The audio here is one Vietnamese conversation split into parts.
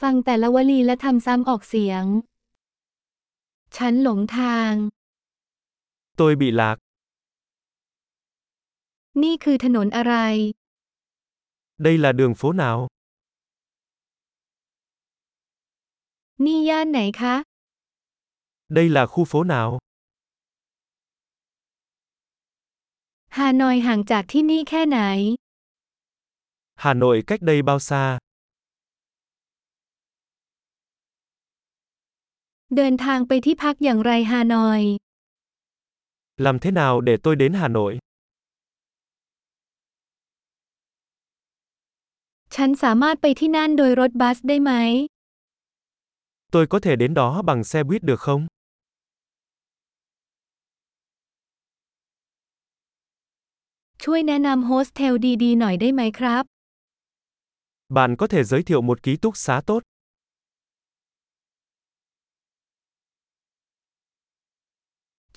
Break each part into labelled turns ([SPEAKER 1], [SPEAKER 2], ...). [SPEAKER 1] ฟังแต่ละวลีและทำซ้ำออกเสียง ฉันหลงทาง
[SPEAKER 2] Tôi bị lạc.
[SPEAKER 1] นี่คือถนนอะไร
[SPEAKER 2] Đây là đường phố nào?
[SPEAKER 1] นี่ย่านไหนคะ
[SPEAKER 2] Đây là khu phố nào?
[SPEAKER 1] ฮานอยห่างจากที่นี่แค่ไหน
[SPEAKER 2] Hà Nội cách đây bao xa?
[SPEAKER 1] เดินทางไปที่พักอย่างไรฮานอย
[SPEAKER 2] Làm thế nào để tôi đến Hà Nội?
[SPEAKER 1] ฉันสามารถไปที่นั่นโดยรถบัสได้ไหม
[SPEAKER 2] Tôi có thể đến đó bằng xe buýt được không?
[SPEAKER 1] ช่วยแนะนำโฮสเทลดีๆหน่อยได้ไหมครับ
[SPEAKER 2] Bạn có thể giới thiệu một ký túc xá tốt.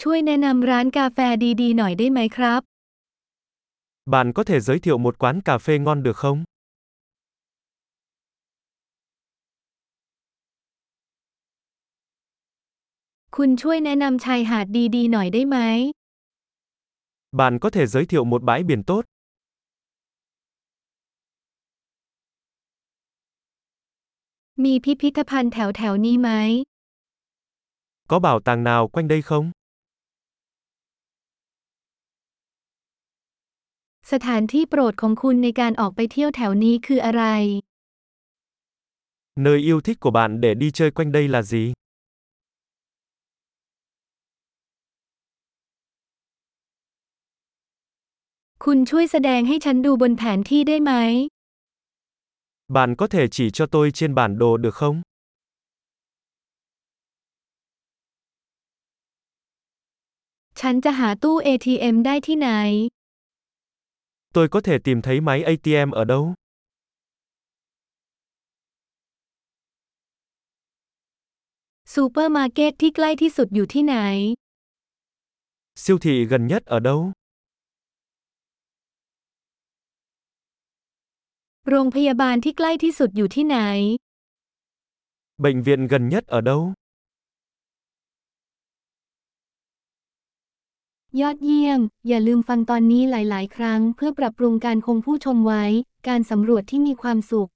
[SPEAKER 1] ช่วยแนะนำร้านกาแฟดีๆหน่อยได้ไหมครับ
[SPEAKER 2] Bạn có thể giới thiệu một quán cà phê ngon được không?
[SPEAKER 1] คุณช่วยแนะนำชายหาดดีๆหน่อยได้ไหม
[SPEAKER 2] Bạn có thể giới thiệu một bãi biển tốt.
[SPEAKER 1] มีพิพิธภัณฑ์แถวแถวๆนี้ไหม
[SPEAKER 2] Có bảo tàng nào quanh đây không?
[SPEAKER 1] สถานที่โปรดของคุณในการออกไปเที่ยวแถวนี้คืออะไร
[SPEAKER 2] Nơi yêu thích của bạn để đi chơi quanh đây là gì?
[SPEAKER 1] คุณช่วยแสดงให้ฉันดูบนแผนที่ได้ไหม
[SPEAKER 2] Bạn có thể chỉ cho tôi trên bản đồ được không?
[SPEAKER 1] ฉันจะหาตู้ ATM ได้ที่ไหน
[SPEAKER 2] Tôi có thể tìm thấy máy ATM ở đâu?
[SPEAKER 1] ซูเปอร์มาร์เก็ตที่ใกล้ที่สุดอยู่ที่ไหน
[SPEAKER 2] Siêu thị gần nhất ở đâu?
[SPEAKER 1] โรงพยาบาลที่ใกล้ที่สุดอยู่ที่ไหน
[SPEAKER 2] Bệnh viện gần nhất ở đâu?
[SPEAKER 1] ยอดเยี่ยม อย่าลืมฟังตอนนี้หลาย ๆ ครั้ง เพื่อปรับปรุงการคงผู้ชมไว้ การสำรวจที่มีความสุข